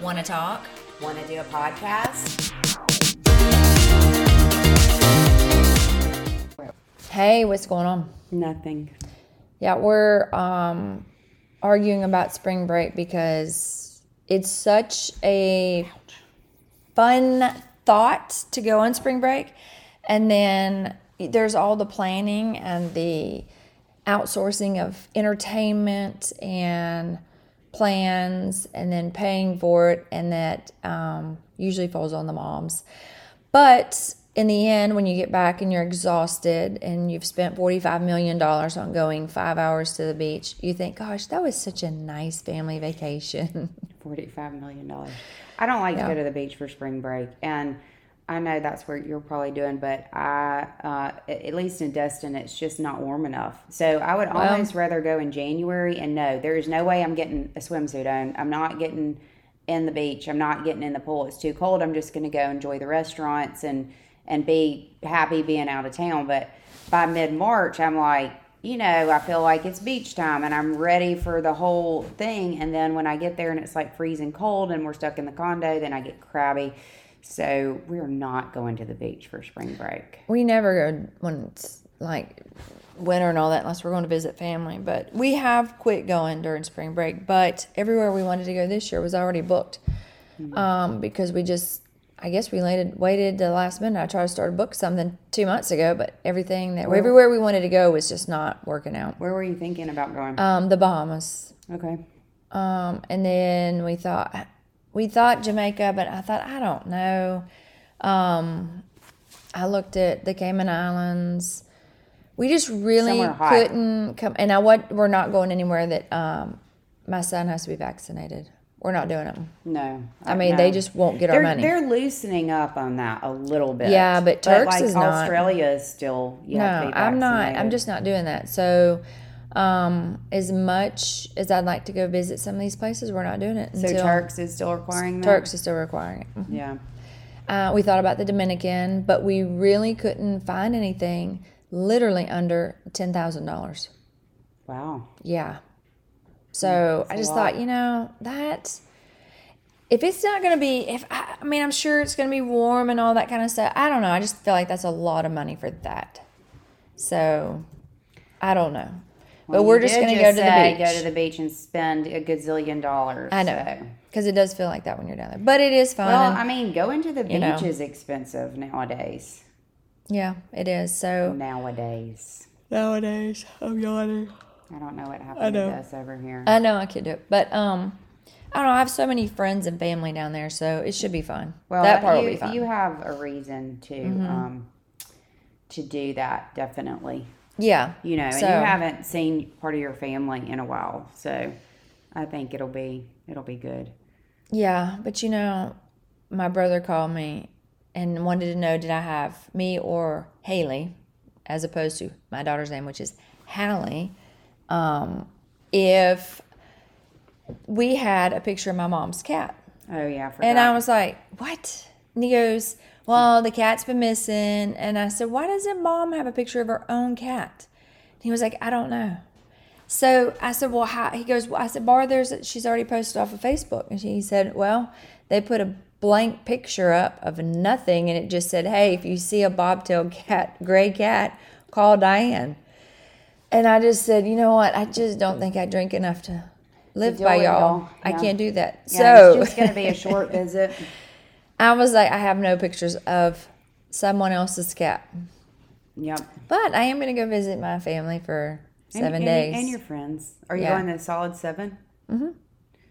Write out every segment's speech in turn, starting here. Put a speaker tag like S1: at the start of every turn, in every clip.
S1: Want to talk?
S2: Want to do a podcast?
S1: Hey, what's going on?
S2: Nothing.
S1: Yeah, we're um, arguing about spring break because it's such a fun thought to go on spring break. And then there's all the planning and the outsourcing of entertainment and plans and then paying for it. And that um, usually falls on the moms. But in the end, when you get back and you're exhausted and you've spent $45 million on going five hours to the beach, you think, gosh, that was such a nice family vacation.
S2: Forty-five million dollars. I don't like to go to the beach for spring break, and I know that's what you're probably doing, but I, uh, a- at least in Destin, it's just not warm enough. So I would almost rather go in January. And no, there is no way I'm getting a swimsuit on. I'm not getting in the beach. I'm not getting in the pool. It's too cold. I'm just going to go enjoy the restaurants and and be happy being out of town. But by mid March, I'm like, you know, I feel like it's beach time and I'm ready for the whole thing. And then when I get there and it's like freezing cold and we're stuck in the condo, then I get crabby. So we're not going to the beach for spring break.
S1: We never go when it's like winter and all that unless we're going to visit family. But we have quit going during spring break. But everywhere we wanted to go this year was already booked um, because we just, I guess, we waited waited the last minute. I tried to start to book something two months ago, but everything that everywhere we wanted to go was just not working out.
S2: Where were you thinking about going?
S1: Um, the Bahamas.
S2: okay.
S1: Um, and then we thought we thought Jamaica, but I thought I don't know. Um, I looked at the Cayman Islands. We just really
S2: Somewhere hot.
S1: couldn't come, and I what we're not going anywhere that um, my son has to be vaccinated. We're not doing it.
S2: No.
S1: I mean, they
S2: no.
S1: just won't get our
S2: They're,
S1: money.
S2: they're loosening up on that a little bit.
S1: Yeah, but Turks
S2: like
S1: is not.
S2: Australia is still. You have to
S1: no,
S2: be
S1: I'm not.
S2: vaccinated.
S1: I'm just not doing that. So, um, as much as I'd like to go visit some of these places, we're not doing it
S2: So
S1: until
S2: Turks is still requiring that.
S1: Turks is still requiring it.
S2: Yeah.
S1: Uh, we thought about the Dominican, but we really couldn't find anything literally under $10,000.
S2: Wow.
S1: Yeah. So I just thought, you know, that if it's not going to be, if I, I mean, I'm sure it's going to be warm and all that kind of stuff. I don't know. I just feel like that's a lot of money for that. So I don't know. but we're
S2: You
S1: just
S2: did
S1: going to go to
S2: say
S1: the beach.
S2: Go to the beach and spend a gazillion dollars.
S1: I know.
S2: so.
S1: Because it does feel like that when you're down there. But it is fun.
S2: Well,
S1: and-
S2: I mean, going to the beach
S1: know.
S2: is expensive nowadays.
S1: yeah, it is. So
S2: Nowadays.
S1: nowadays, I'm yawning.
S2: I don't know what happened to us over here.
S1: I know I could do it, but um, I don't know. I have so many friends and family down there, so it should be fun.
S2: well,
S1: that part
S2: you,
S1: will be Mm-hmm. fun.
S2: you have a reason to um, to do that definitely.
S1: yeah,
S2: You know, and you
S1: So-
S2: haven't seen part of your family in a while, so I think it'll be it'll be good.
S1: yeah. But you know, my brother called me and wanted to know did I have me or Haley, as opposed to my daughter's name, which is Hallie. Um, if we had a picture of my mom's cat.
S2: Oh yeah, I forgot.
S1: And I was like, what? And he goes, well, the cat's been missing. And I said, why doesn't mom have a picture of her own cat? And he was like, I don't know. So I said, well, how? He goes, well, I said, Bar, there's, she's already posted off of Facebook. And she, he said, well, they put a blank picture up of nothing. And it just said, hey, if you see a bobtail cat, gray cat, call Diane. And I just said, you know what? I just don't think I drink enough to live
S2: deal
S1: by
S2: with
S1: y'all.
S2: y'all.
S1: I
S2: Yeah.
S1: can't do that.
S2: Yeah,
S1: so
S2: it's just gonna be a short visit.
S1: I was like, I have no pictures of someone else's cat,
S2: Yep.
S1: but I am going to go visit my family for
S2: And-
S1: seven
S2: and-
S1: days.
S2: And your friends. Are you
S1: Yeah.
S2: going the solid seven?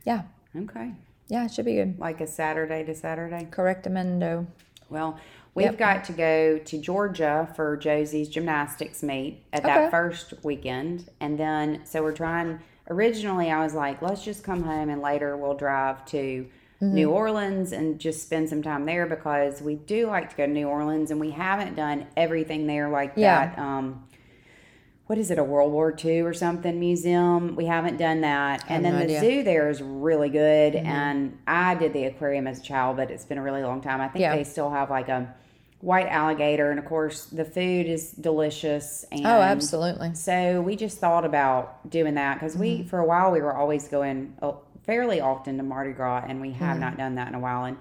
S1: yeah,
S2: Okay.
S1: yeah, it should be good.
S2: Like a Saturday to Saturday?
S1: Correctamento.
S2: Well, we've got to go to Georgia for Josie's gymnastics meet at
S1: Okay.
S2: that first weekend. And then, so we're trying, originally, I was like, let's just come home and later we'll drive to
S1: Mm-hmm.
S2: New Orleans and just spend some time there because we do like to go to New Orleans and we haven't done everything there like
S1: Yeah.
S2: that. Um, what is it, a World War II or something museum? We haven't done that. And then
S1: no
S2: the
S1: idea. Mm-hmm.
S2: zoo there is really good. And I did the aquarium as a child, but it's been a really long time. I think
S1: Yeah.
S2: they still have like a white alligator. And of course, the food is delicious. And
S1: Oh, absolutely. Mm-hmm.
S2: So we just thought about doing that because we, for a while, we were always going uh, fairly often to Mardi Gras, and we
S1: Mm-hmm.
S2: have not done that in a while. And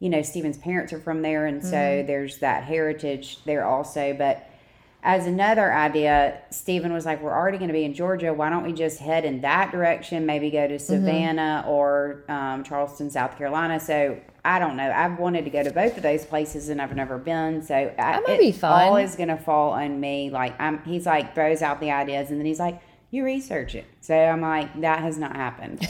S2: you know, Stephen's parents are from there, and
S1: Mm-hmm.
S2: so there's that heritage there also. But as another idea, Stephen was like, "We're already going to be in Georgia. Why don't we just head in that direction? Maybe go
S1: Mm-hmm.
S2: to Savannah or um, Charleston, South Carolina." So I don't know. I've wanted to go to both of those places, and I've never been. So I,
S1: That might be
S2: it All
S1: fun.
S2: is going to fall on me. Like I'm, he's like throws out the ideas, and then he's like, "You research it." So I'm like, "That has not happened."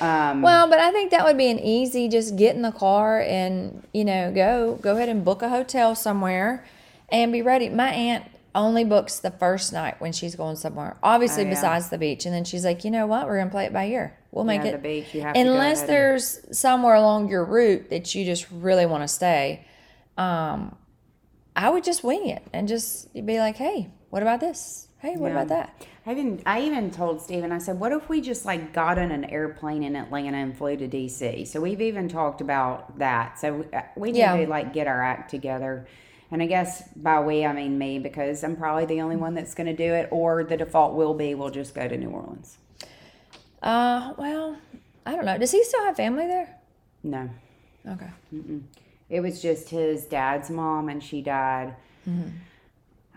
S2: um,
S1: Well, but I think that would be an easy just get in the car and, you know, go go ahead and book a hotel somewhere and be ready. My aunt only books the first night when she's going somewhere. Obviously
S2: Oh, yeah.
S1: besides the beach. And then she's like, you know what, we're gonna play it by ear. We'll make
S2: Yeah,
S1: it
S2: the beach, you have to go
S1: unless
S2: ahead and-
S1: there's somewhere along your route that you just really wanna stay, um, I would just wing it and just be like, Hey, what about this? Hey, what
S2: Yeah.
S1: about that?
S2: I even I even told Steven, I said, what if we just like got on an airplane in Atlanta and flew to DC? So we've even talked about that. So we, uh, we need
S1: Yeah.
S2: to like get our act together. And I guess by we I mean me because I'm probably the only one that's going to do it, or the default will be we'll just go to New Orleans.
S1: Uh well, I don't know. Does he still have family there?
S2: No,
S1: Okay.
S2: it was just his dad's mom, and she died.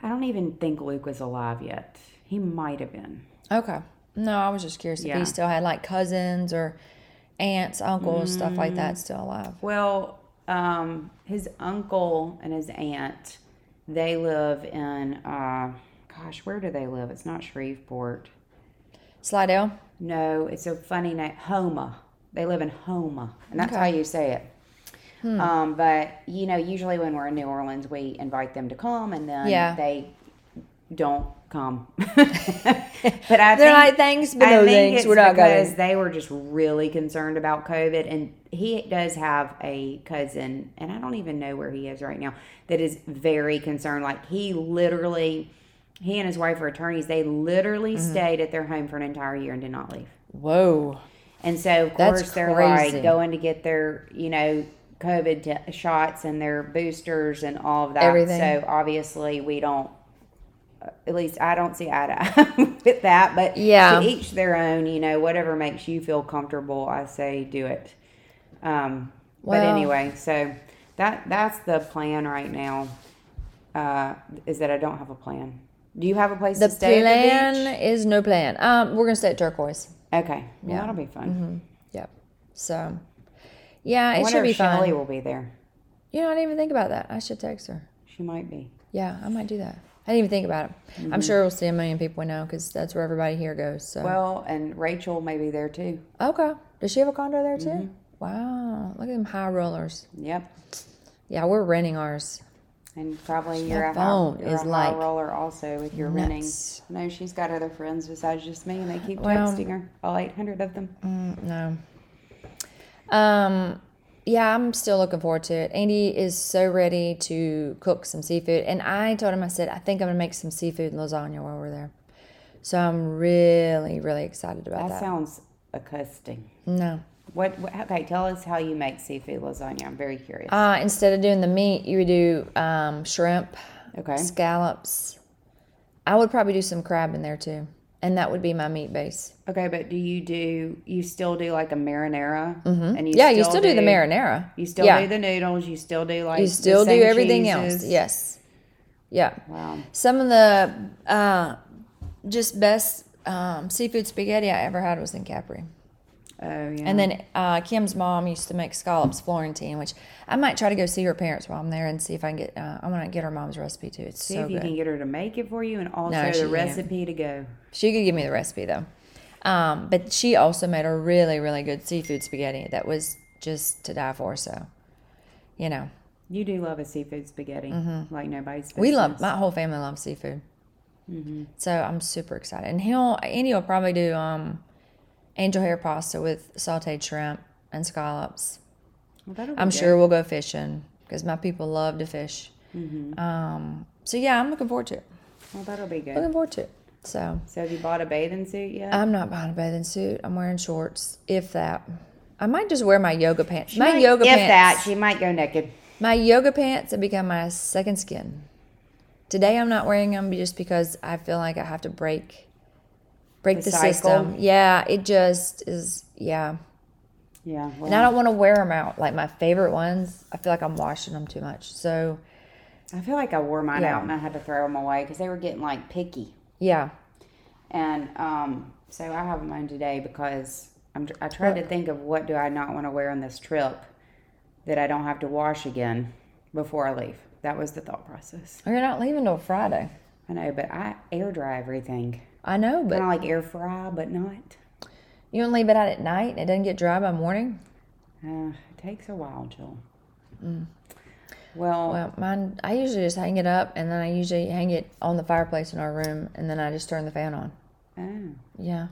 S2: I don't even think Luke was alive yet. He might have been.
S1: Okay. No, I was just curious if
S2: Yeah.
S1: he still had like cousins or aunts, uncles, stuff like that still alive.
S2: Well, um, his uncle and his aunt, they live in, uh, gosh, where do they live? It's not Shreveport.
S1: Slidell?
S2: No, it's a funny name, Homa. They live in Homa, and that's how you say it.
S1: Hmm.
S2: Um, but you know, usually when we're in New Orleans, we invite them to come, and then
S1: Yeah.
S2: they don't come. but I
S1: They're
S2: think,
S1: like, "Thanks, but
S2: I
S1: no
S2: think
S1: thanks,
S2: it's
S1: we're not
S2: because
S1: going."
S2: they were just really concerned about COVID, and he does have a cousin, and I don't even know where he is right now. That is very concerned. Like he literally, he and his wife are attorneys. They literally
S1: Mm-hmm.
S2: stayed at their home for an entire year and did not leave.
S1: Whoa.
S2: And so, of
S1: That's
S2: course, they're
S1: crazy.
S2: like going to get their, you know, COVID t- shots and their boosters and all of that.
S1: Everything.
S2: So, obviously, we don't, at least I don't see eye to eye with that. But
S1: Yeah.
S2: to each their own, you know, whatever makes you feel comfortable, I say do it. Um, but
S1: Well-
S2: anyway, so that that's the plan right now uh, is that I don't have a plan. Do you have a place
S1: The
S2: to stay? at the beach?
S1: plan is no plan. Um, we're gonna stay at Turquoise.
S2: Okay. Well, that'll be fun.
S1: Yep. So yeah,
S2: I
S1: Mm-hmm. it
S2: wonder
S1: should be
S2: if Shelly
S1: fun.
S2: will be there.
S1: You know, I didn't even think about that. I should text her.
S2: She might be.
S1: Yeah, I might do that. I didn't even think about it. I'm sure we'll see a million people now because that's where everybody here goes. So
S2: Mm-hmm. Well, and Rachel may be there too.
S1: okay, does she have a condo there too?
S2: Mm-hmm.
S1: Wow, look at them high rollers.
S2: Yep.
S1: Yeah, we're renting ours.
S2: And probably you're a
S1: phone
S2: high, you're
S1: is
S2: a high
S1: like
S2: roller also with your
S1: nuts.
S2: renting. I know she's got other friends besides just me, and they keep
S1: Well- Mm,
S2: texting her. All 800 of them.
S1: No. Um, yeah, I'm still looking forward to it. Andy is so ready to cook some seafood, and I told him I said I think I'm gonna make some seafood lasagna while we're there. So I'm really, really excited about that.
S2: That sounds accusting.
S1: no.
S2: What, what? Okay, tell us how you make seafood lasagna. I'm very curious.
S1: Uh, instead of doing the meat, you would do um, shrimp,
S2: Okay.
S1: scallops. I would probably do some crab in there too, and that would be my meat base.
S2: Okay, but do you do you still do like a marinara? And you
S1: Mm-hmm. yeah, you still do the marinara.
S2: You still
S1: yeah.
S2: do the noodles. You still do like
S1: You
S2: the
S1: still do
S2: same
S1: everything else.
S2: cheeses.
S1: Yes. Yeah.
S2: Wow.
S1: Some of the uh, just best um, seafood spaghetti I ever had was in Capri.
S2: Oh yeah.
S1: And then uh, Kim's mom used to make scallops Florentine, which I might try to go see her parents while I'm there and see if I can get. Uh, I want to get her mom's recipe too. It's
S2: See
S1: so
S2: if you
S1: good.
S2: can get her to make it for you, and also
S1: she
S2: the
S1: can't.
S2: recipe to go.
S1: She could give me the recipe though. Um, but she also made a really, really good seafood spaghetti that was just to die for. So, you know,
S2: You do love a seafood spaghetti, like nobody's.
S1: Mm-hmm. we love
S2: business.
S1: my whole family loves seafood. So I'm super excited, and he'll Andy will probably do um, angel hair pasta with sautéed shrimp and scallops.
S2: Well, that'll be
S1: I'm
S2: good.
S1: sure we'll go fishing because my people love to fish. Um, so yeah, I'm looking forward to it.
S2: Well, that'll be good.
S1: Looking forward to it. So
S2: So, have you bought a bathing suit yet?
S1: I'm not buying a bathing suit. I'm wearing shorts, if that. I might just wear my yoga pants. My
S2: Might-
S1: yoga
S2: if
S1: pants.
S2: that, she might go naked.
S1: My yoga pants have become my second skin. Today I'm not wearing them just because I feel like I have to break break the,
S2: The cycle.
S1: system. Yeah, it just is. Yeah,
S2: Yeah. Well,
S1: and I don't want to wear them out. Like my favorite ones, I feel like I'm washing them too much. So
S2: I feel like I wore mine
S1: Yeah.
S2: out and I had to throw them away because they were getting like picky.
S1: yeah,
S2: And um, so I have mine today because I'm, tr- I tried to think of what do I not want to wear on this trip that I don't have to wash again before I leave. That was the thought process.
S1: you're not leaving till Friday.
S2: I know, but I air dry everything.
S1: I know, but
S2: Kind of like air fry, but not.
S1: you don't leave it out at night and it doesn't get dry by morning.
S2: Uh, it takes a while, Jill. Well,
S1: Mm. Well, mine, I usually just hang it up and then I usually hang it on the fireplace in our room and then I just turn the fan on.
S2: oh.
S1: Yeah.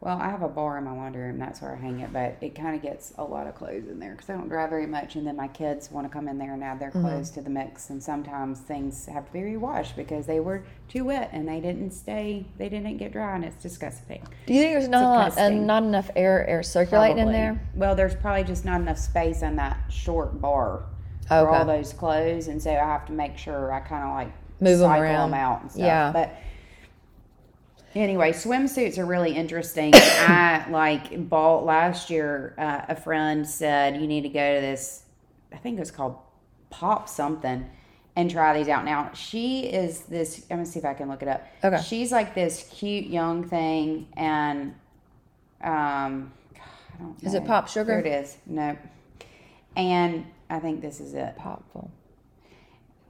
S2: Well, I have a bar in my laundry room. That's where I hang it, but it kind of gets a lot of clothes in there because I don't dry very much. And then my kids want to come in there and add their
S1: Mm-hmm.
S2: clothes to the mix. And sometimes things have to be rewashed because they were too wet and they didn't stay, they didn't get dry, and it's disgusting.
S1: Do you think there's not, a lot, uh,
S2: disgusting.
S1: not enough air air circulating in
S2: Probably.
S1: there?
S2: Well, there's probably just not enough space in that short bar for
S1: Oh, Okay.
S2: all those clothes, and so I have to make sure I kind of like
S1: Move 'em
S2: cycle
S1: around.
S2: out and stuff.
S1: Yeah.
S2: But anyway, swimsuits are really interesting. I like bought last year. Uh, a friend said you need to go to this. I think it was called Pop something. And try these out now. She is this. I'm gonna see if I can look it up.
S1: Okay.
S2: She's like this cute young thing, and um, I don't
S1: Is it
S2: know.
S1: Pop Sugar?
S2: There it is. No. And I think this is it.
S1: Popful.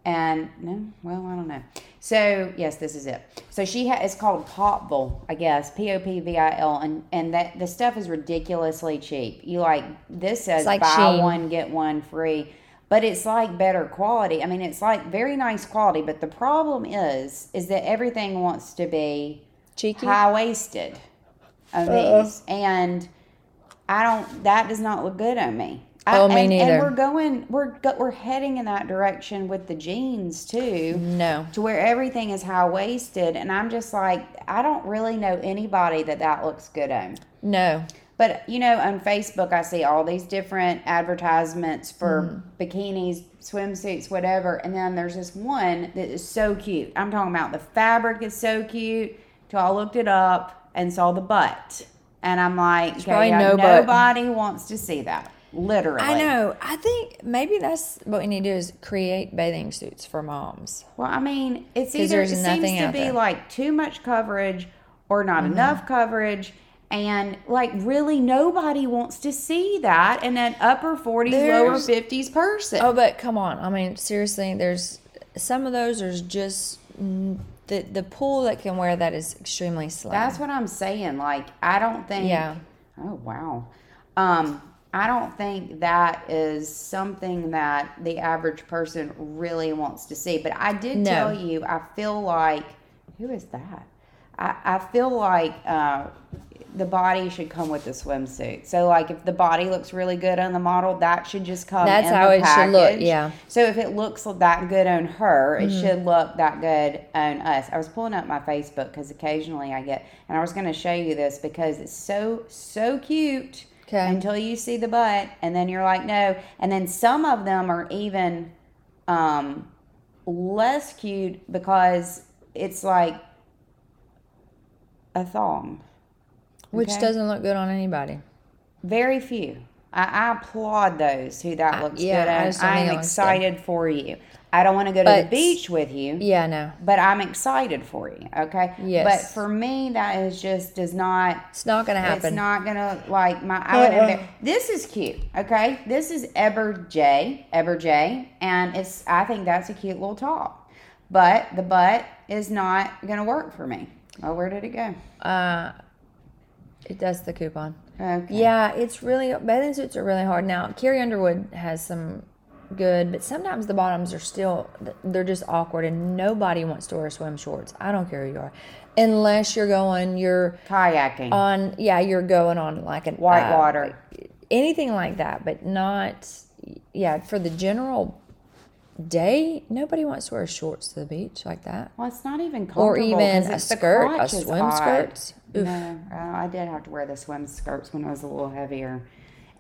S2: And no, well, I don't know. So yes, this is it. So she ha- it's called Popville, I guess. P O P V I L, and and that the stuff is ridiculously cheap. You like this says
S1: It's like
S2: buy
S1: Shein.
S2: one get one free, but it's like better quality. I mean, it's like very nice quality. But the problem is, is that everything wants to be
S1: Cheeky?
S2: high waisted on these, and I don't. That does not look good on me. I-
S1: Oh, me
S2: and,
S1: neither.
S2: And we're going. We're go- we're heading in that direction with the jeans too,
S1: No.
S2: to where everything is high waisted, and I'm just like, I don't really know anybody that that looks good on.
S1: No.
S2: But you know, on Facebook, I see all these different advertisements for
S1: Mm.
S2: bikinis, swimsuits, whatever. And then there's this one that is so cute. I'm talking about the fabric is so cute. So I looked it up and saw the butt, and I'm like, okay,
S1: probably
S2: yeah,
S1: no butt.
S2: nobody wants to see that. Literally,
S1: I know. I think maybe that's what we need to do is create bathing suits for moms.
S2: Well, I mean, it's
S1: 'Cause
S2: either it
S1: there's
S2: seems
S1: nothing
S2: to
S1: out
S2: be
S1: there. Mm-hmm.
S2: like too much coverage or not enough coverage. And like really nobody wants to see that in an upper forties, lower
S1: There's-
S2: fifties person.
S1: Oh, but come on. I mean, seriously, there's some of those there's just mm, the the pool that can wear that is extremely slim.
S2: That's what I'm saying. Like I don't think
S1: Yeah.
S2: Oh wow. Um I don't think that is something that the average person really wants to see. But I did
S1: No.
S2: tell you, I feel like who is that? I, I feel like uh, the body should come with the swimsuit. So like if the body looks really good on the model, that should just come.
S1: That's
S2: in the
S1: how it should look,
S2: package.
S1: yeah.
S2: So if it looks that good on her, it should look that good on us. I was pulling up my Facebook because occasionally I get, and I was going to show you this because it's so so cute.
S1: 'Kay.
S2: Until you see the butt, and then you're like, no. And then some of them are even um, less cute because it's like a thong.
S1: which
S2: okay.
S1: doesn't look good on anybody.
S2: Very few. I, I applaud those who that looks
S1: Uh, yeah,
S2: good.
S1: I
S2: And
S1: just don't
S2: I
S1: think it
S2: am
S1: looks good.
S2: excited for you. I don't want to go to the
S1: But-
S2: beach with you,
S1: Yeah, no.
S2: but I'm excited for you. Okay.
S1: Yes.
S2: But for me, that is just does not.
S1: It's not gonna happen.
S2: It's not gonna like my. I would
S1: Uh-uh.
S2: embar- this is cute. Okay, this is Eber J. Eber J. And it's. I think that's a cute little top, but the butt is not gonna work for me. Oh, where did it go?
S1: Uh, it does the coupon.
S2: Okay.
S1: Yeah, it's really bathing suits are really hard now. Carrie Underwood has some good, but sometimes the bottoms are still they're just awkward, and nobody wants to wear swim shorts. I don't care who you are, unless you're going you're
S2: Kayaking.
S1: on yeah you're going on like an
S2: White
S1: uh,
S2: water.
S1: anything like that, but not yeah for the general day. Nobody wants to wear shorts to the beach like that,
S2: Well, it's not even comfortable.
S1: or
S2: 'cause
S1: even a
S2: it's the
S1: skirt, a
S2: crotch is
S1: swim
S2: odd.
S1: skirt. Oof.
S2: No, uh, I did have to wear the swim skirts when I was a little heavier.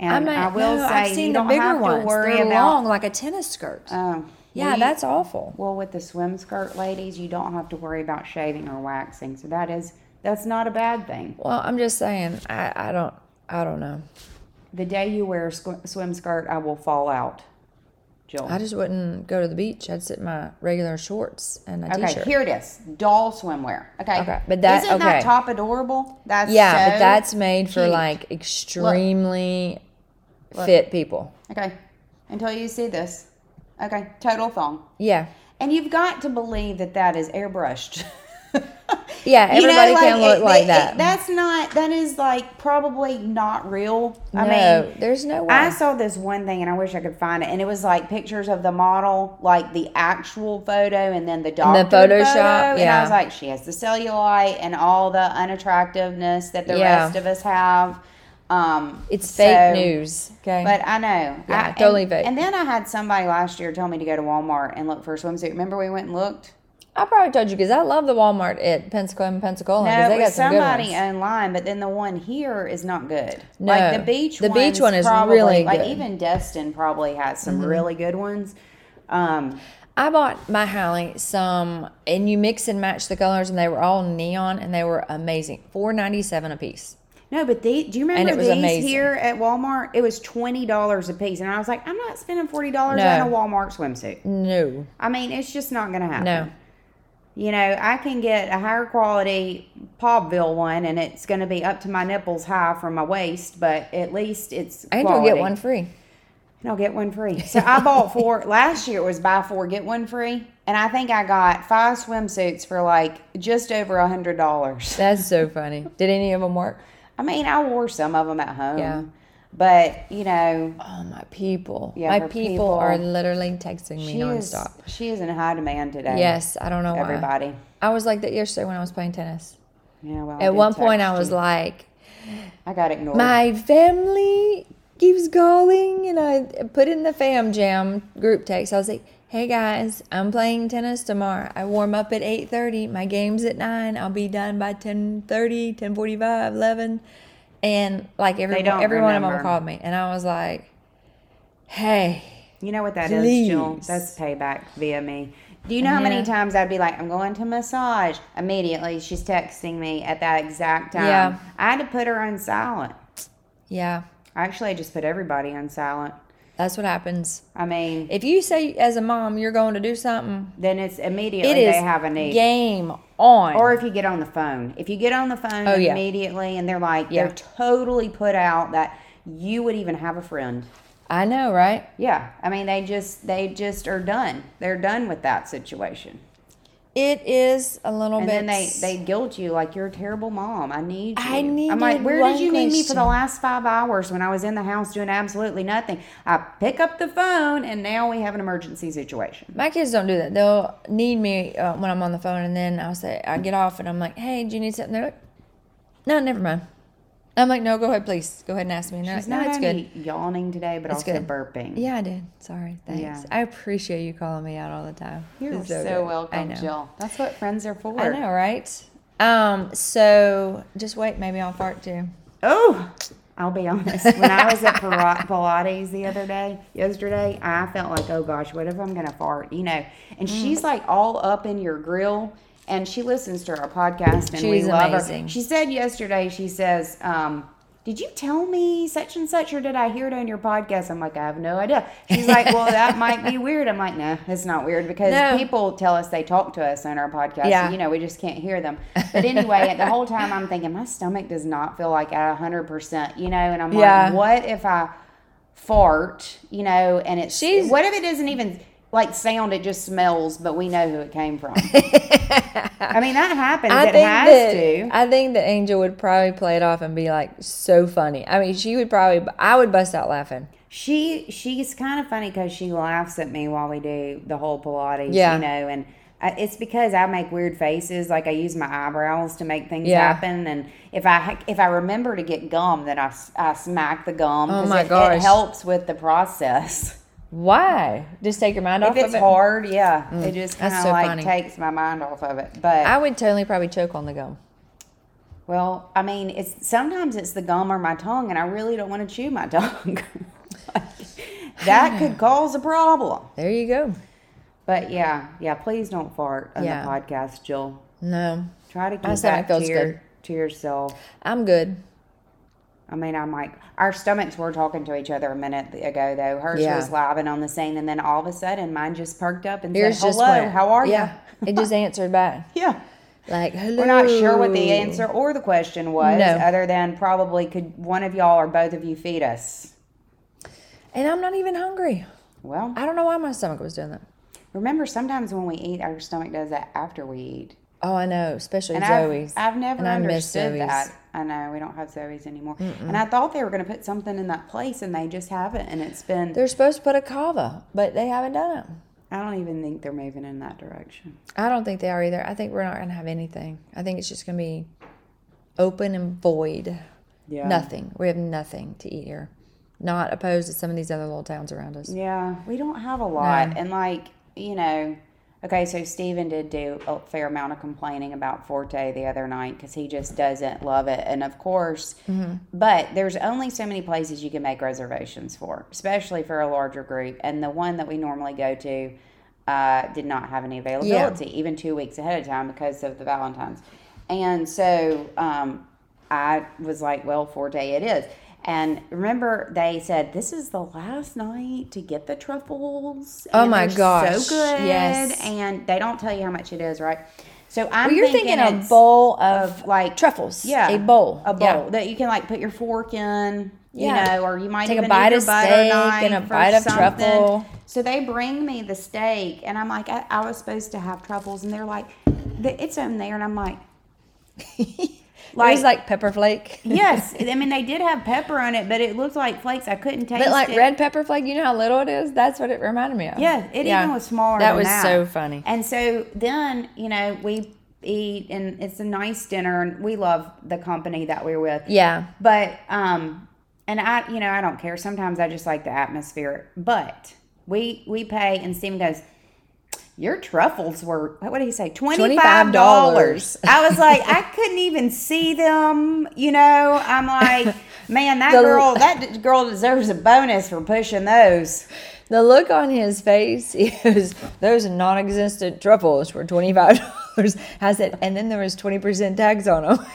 S1: I
S2: And
S1: might,
S2: I will
S1: no,
S2: say,
S1: I've seen
S2: you
S1: the
S2: don't
S1: bigger
S2: have to
S1: ones.
S2: worry
S1: They're
S2: about.
S1: long, like a tennis skirt.
S2: um,
S1: yeah,
S2: we-
S1: that's awful.
S2: Well, with the swim skirt, ladies, you don't have to worry about shaving or waxing, so that is That's not a bad thing.
S1: Well, I'm just saying, I, I don't, I don't know.
S2: The day you wear a squ- swim skirt, I will fall out. Jill.
S1: I just wouldn't go to the beach. I'd sit in my regular shorts and a
S2: Okay,
S1: shirt
S2: here it is. Doll swimwear. Okay.
S1: Okay, but that-
S2: Isn't that
S1: okay.
S2: top adorable? That's
S1: Yeah,
S2: so-
S1: but that's made for
S2: cute.
S1: like extremely fit people.
S2: Okay. Until you see this. Okay. Total thong.
S1: Yeah.
S2: And you've got to believe that that is airbrushed.
S1: Yeah,
S2: You know,
S1: everybody can
S2: it-
S1: look like
S2: it-
S1: that.
S2: that's not. That is like probably not real. I
S1: no,
S2: mean,
S1: there's no way.
S2: I saw this one thing and I wish I could find it. And it was like pictures of the model, like the actual photo, and then the doctor
S1: the Photoshop,
S2: photo. And I
S1: yeah.
S2: was like, she has the cellulite and all the unattractiveness that the
S1: Yeah.
S2: rest of us have. Um,
S1: it's
S2: so-
S1: fake news. Okay.
S2: But I know.
S1: Yeah,
S2: I,
S1: totally
S2: and,
S1: fake.
S2: And then I had somebody last year tell me to go to Walmart and look for a swimsuit. Remember we went and looked?
S1: I probably told you because I love the Walmart at Pensacola and Pensacola
S2: No,
S1: because
S2: it
S1: they got
S2: was
S1: some
S2: somebody
S1: good ones.
S2: online, but then the one here is not good.
S1: No.
S2: like the beach.
S1: The beach
S2: one's
S1: one is
S2: probably,
S1: really
S2: like
S1: good. Mm-hmm.
S2: even Destin probably has some really good ones. Um,
S1: I bought my Hallie some, and you mix and match the colors, and they were all neon, and they were amazing. Four ninety seven a piece.
S2: no, but they do you remember
S1: it was
S2: these
S1: amazing.
S2: here at Walmart? It was twenty dollars a piece, and I was like, I'm not spending forty dollars
S1: No.
S2: on a Walmart swimsuit.
S1: No,
S2: I mean, it's just not going to happen.
S1: no.
S2: You know, I can get a higher quality Pobville one, and it's going to be up to my nipples high from my waist, but at least it's
S1: And
S2: quality.
S1: you'll get one free.
S2: And I'll get one free. So I bought four last year. It was buy four get one free, and I think I got five swimsuits for like just over a hundred dollars.
S1: That's so funny. Did any of them work?
S2: I mean, I wore some of them at home,
S1: Yeah.
S2: but you know,
S1: Oh my people!
S2: Yeah,
S1: my
S2: her
S1: people,
S2: people.
S1: are literally texting me
S2: she is
S1: nonstop.
S2: she is in high demand today.
S1: Yes, I don't know why.
S2: everybody.
S1: I was like that yesterday when I was playing tennis.
S2: Yeah, well, I
S1: At
S2: did
S1: one point,
S2: text
S1: I was
S2: you.
S1: like,
S2: I got ignored.
S1: my family keeps calling, and I put in the fam jam group text. I was like, hey guys, I'm playing tennis tomorrow. I warm up at 8.30. My game's at 9. I'll be done by 10.30, 10.45, 11. And like every,
S2: don't
S1: every one of them
S2: remember.
S1: called me. And I was like, hey.
S2: You know what that is, Jill?
S1: Please.
S2: That's payback via me. Do you know how many times I'd be like, I'm going to massage? Immediately, she's texting me at that exact time.
S1: Yeah.
S2: I had to put her on silent.
S1: Yeah,
S2: Actually, I just put everybody on silent.
S1: that's what happens.
S2: I mean,
S1: If you say as a mom you're going to do something,
S2: then it's immediately
S1: it is
S2: they have a need.
S1: game on.
S2: Or if you get on the phone. If you get on the phone
S1: Oh, yeah.
S2: immediately and they're like,
S1: Yeah.
S2: they're totally put out that you would even have a friend.
S1: I know, right?
S2: Yeah. I mean, they just, they just are done. They're done with that situation.
S1: It is a little
S2: And
S1: bit.
S2: then they they guilt you like you're a terrible mom. I need you.
S1: I
S2: I'm like,
S1: needed
S2: where
S1: one
S2: did you need me for the
S1: question."
S2: last five hours when I was in the house doing absolutely nothing? I pick up the phone and now we have an emergency situation.
S1: my kids don't do that. They'll need me uh, when I'm on the phone, and then I'll say I get off, and I'm like, "Hey, do you need something?" They're like, "No, never mind." I'm like, "No, go ahead, please. Go ahead and ask me." And they're
S2: She's
S1: like,
S2: not
S1: "No, it's good."
S2: only yawning today, but also
S1: good.
S2: burping.
S1: Yeah, I did. Sorry, thanks.
S2: Yeah.
S1: I appreciate you calling me out all the time.
S2: You're
S1: It's
S2: so,
S1: good. I
S2: welcome,
S1: know.
S2: Jill. That's what friends are for.
S1: I know, right? Um, so just wait, maybe I'll fart too.
S2: Oh, I'll be honest. When I was at Pil- Pilates the other day, yesterday, I felt like, oh gosh, what if I'm going to fart? You know,
S1: Mm.
S2: and she's like all up in your grill. And she listens to our podcast, and we
S1: She's
S2: love
S1: amazing.
S2: her. She said yesterday, she says, um, "Did you tell me such and such, or did I hear it on your podcast?" I'm like, "I have no idea." She's like, "Well, that might be weird." I'm like, "No, it's not weird because
S1: No.
S2: people tell us they talk to us on our podcast.
S1: Yeah.
S2: So, you know, we just can't hear them." But anyway, the whole time I'm thinking my stomach does not feel like at 100, percent you know, and I'm
S1: Yeah.
S2: like, "What if I fart?" You know, and it's
S1: She's-
S2: what if it doesn't even like sound? It just smells, but we know who it came from. I mean, that happens.
S1: I
S2: it
S1: think
S2: has
S1: that
S2: to.
S1: I think that Angel would probably play it off and be like so funny. I mean, she would probably. I would bust out laughing.
S2: She she's kind of funny because she laughs at me while we do the whole Pilates,
S1: Yeah.
S2: you know, and I, it's because I make weird faces, like I use my eyebrows to make things
S1: Yeah.
S2: happen, and if I ha- if I remember to get gum, then I, s- I smack the gum
S1: Oh
S2: 'cause
S1: my
S2: it,
S1: gosh.
S2: it helps with the process.
S1: Why? Just take your mind off
S2: If it's
S1: of it. Mm.
S2: hard, yeah, it just
S1: that's
S2: kind of
S1: so
S2: like
S1: funny.
S2: takes my mind off of it. But
S1: I would totally probably choke on the gum.
S2: well, I mean, it's sometimes it's the gum or my tongue, and I really don't want to chew my tongue. that could cause a problem.
S1: There you go.
S2: But yeah, yeah, please don't fart on
S1: Yeah.
S2: the podcast, Jill.
S1: No,
S2: Try to keep
S1: stomach
S2: that to
S1: feels
S2: your
S1: good.
S2: to yourself.
S1: I'm good.
S2: I mean, I'm like, our stomachs were talking to each other a minute ago, though. Hers
S1: Yeah.
S2: was living on the scene, and then all of a sudden, mine just perked up and
S1: Yours
S2: said,
S1: just
S2: "Hello,
S1: went.
S2: how are
S1: yeah, it just answered back.
S2: you?" Yeah.
S1: Like, hello.
S2: We're not sure what the answer or the question was,
S1: No.
S2: other than probably could one of y'all or both of you feed us.
S1: And I'm not even hungry.
S2: Well,
S1: I don't know why my stomach was doing that.
S2: remember sometimes when we eat, our stomach does that after we eat.
S1: Oh, I know, especially
S2: And
S1: Zoe's.
S2: I've, I've never
S1: And I miss
S2: understood
S1: Zoe's.
S2: that. I know we don't have Zoe's anymore, and I thought they were going to put something in that place, and they just haven't. And it's been
S1: They're supposed to put a kava, but they haven't done it.
S2: I don't even think they're moving in that direction.
S1: I don't think they are either. I think we're not going to have anything. I think it's just going to be open and void.
S2: Yeah,
S1: Nothing. We have nothing to eat here. Not opposed to some of these other little towns around us.
S2: Yeah, we don't have a lot, and like you know, okay. So Steven did do a fair amount of complaining about Forte the other night because he just doesn't love it, and of course, but there's only so many places you can make reservations for, especially for a larger group, and the one that we normally go to. Uh, did not have any availability even two weeks ahead of time because of the Valentine's. And so um, I was like, well, Forte it is. And remember, they said this is the last night to get the truffles.
S1: Oh
S2: and
S1: my
S2: they're
S1: gosh,
S2: So good.
S1: yes.
S2: And they don't tell you how much it is, right? So I'm
S1: Well, you're
S2: thinking,
S1: thinking, a
S2: it's
S1: bowl of,
S2: like
S1: truffles.
S2: Yeah,
S1: A bowl.
S2: a bowl
S1: Yeah.
S2: that you can like put your fork in. You
S1: Yeah.
S2: know, or you might
S1: Take a
S2: even
S1: bite
S2: need
S1: of
S2: your butter
S1: steak
S2: knife
S1: and a
S2: or
S1: bite of
S2: something.
S1: truffle.
S2: So they bring me the steak, and I'm like, I, I was supposed to have truffles, and they're like, "Th- it's in there, and I'm like,
S1: it was like pepper flake.
S2: yes. I mean, they did have pepper on it, but it looked like flakes. I couldn't taste
S1: But like
S2: it.
S1: red pepper flake, you know how little it is? That's what it reminded me of.
S2: Yeah, it even was smaller.
S1: That
S2: than
S1: was
S2: that.
S1: so funny.
S2: And so then you know we eat, and it's a nice dinner, and we love the company that we're with.
S1: Yeah.
S2: But um, and I you know I don't care. Sometimes I just like the atmosphere. But we we pay, and Steven goes. Your truffles were what did he say? Twenty five dollars.
S1: $25.
S2: I was like, I couldn't even see them. You know, I'm like, man, that
S1: The-
S2: girl, that girl deserves a bonus for pushing those.
S1: The look on his face is those non-existent truffles were twenty five dollars. I said, and then there was twenty percent tax on them.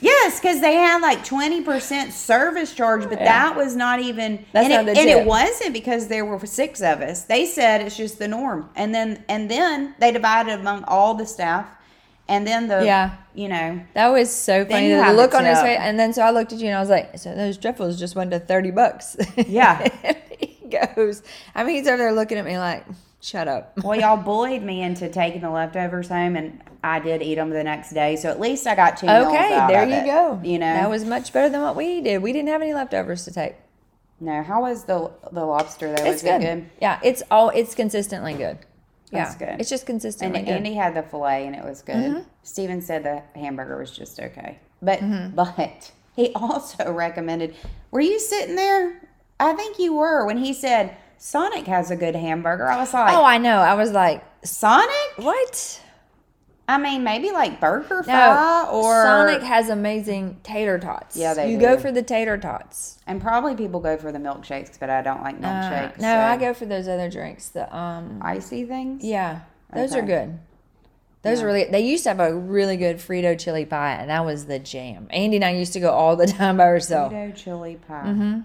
S2: Yes, because they had like twenty percent service charge, but that was not even.
S1: That's
S2: and,
S1: not
S2: it,
S1: the
S2: and it
S1: tip.
S2: wasn't because there were six of us. They said it's just the norm, and then and then they divided among all the staff, and then the
S1: Yeah.
S2: you know
S1: That was so funny.
S2: you
S1: The
S2: have
S1: look
S2: it
S1: on his
S2: up.
S1: face, and then so I looked at you and I was like, so those truffles just went to thirty bucks.
S2: Yeah.
S1: he goes. I mean, he's over there looking at me like, shut up.
S2: well y'all bullied me into taking the leftovers home, and I did eat them the next day. So at least I got two. meals
S1: Okay,
S2: out
S1: there
S2: of
S1: you
S2: it,
S1: go.
S2: You know
S1: that was much better than what we did. We didn't have any leftovers to take.
S2: no. How was the the lobster? That was
S1: It's
S2: it
S1: good.
S2: good.
S1: Yeah, it's all it's consistently good. Yeah,
S2: That's good.
S1: It's just
S2: And
S1: consistently good. Mm-hmm.
S2: Andy had the filet, and it was good. Steven said the hamburger was just okay, but
S1: Mm-hmm.
S2: but he also recommended. Were you sitting there? I think you were when he said Sonic has a good hamburger. I was like,
S1: oh, I know. I was like,
S2: Sonic?
S1: what?
S2: I mean, maybe like Burger
S1: No,
S2: Fry or
S1: Sonic has amazing tater tots.
S2: Yeah, they
S1: you go
S2: do.
S1: for the tater tots.
S2: and probably people go for the milkshakes, but I don't like
S1: Uh,
S2: milkshakes.
S1: no,
S2: so
S1: I go for those other drinks. The um,
S2: icy things.
S1: yeah, those are
S2: Okay.
S1: good. Those are really. They used to have a really good Frito chili pie, and that was the jam. Andy and I used to go all the time by ourselves.
S2: Frito chili pie.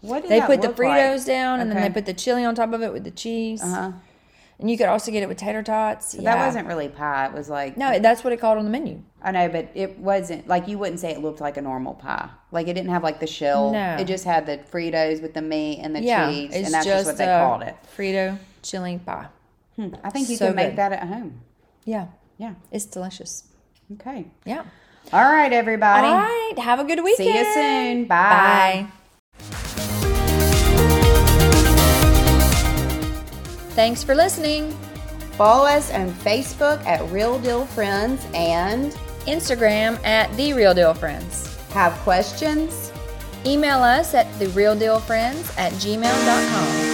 S2: What
S1: Mm-hmm.
S2: did
S1: They
S2: that
S1: put the
S2: look like?
S1: Fritos down, and then they
S2: Okay.
S1: put the chili on top of it with the cheese,
S2: Uh-huh.
S1: and you could also get it with tater tots.
S2: But
S1: Yeah.
S2: That wasn't really pie. It was like
S1: No, that's what it called on the menu.
S2: I know, but it wasn't like you wouldn't say it looked like a normal pie. Like it didn't have like the shell.
S1: No.
S2: It just had the Fritos with the meat and the
S1: Yeah,
S2: cheese,
S1: it's uh,
S2: and that's just, what they
S1: a
S2: called it.
S1: Frito chili pie.
S2: Hmm, I think you
S1: so
S2: can make
S1: good.
S2: that at home.
S1: Yeah,
S2: Yeah.
S1: it's delicious.
S2: Okay.
S1: Yeah.
S2: All right, everybody.
S1: All right. Have a good weekend.
S2: See you soon.
S1: Bye.
S2: Bye.
S1: Thanks for listening.
S2: Follow us on Facebook at Real Deal Friends and
S1: Instagram at The Real Deal Friends.
S2: have questions.
S1: Email us at TheRealDealFriends at gmail.com.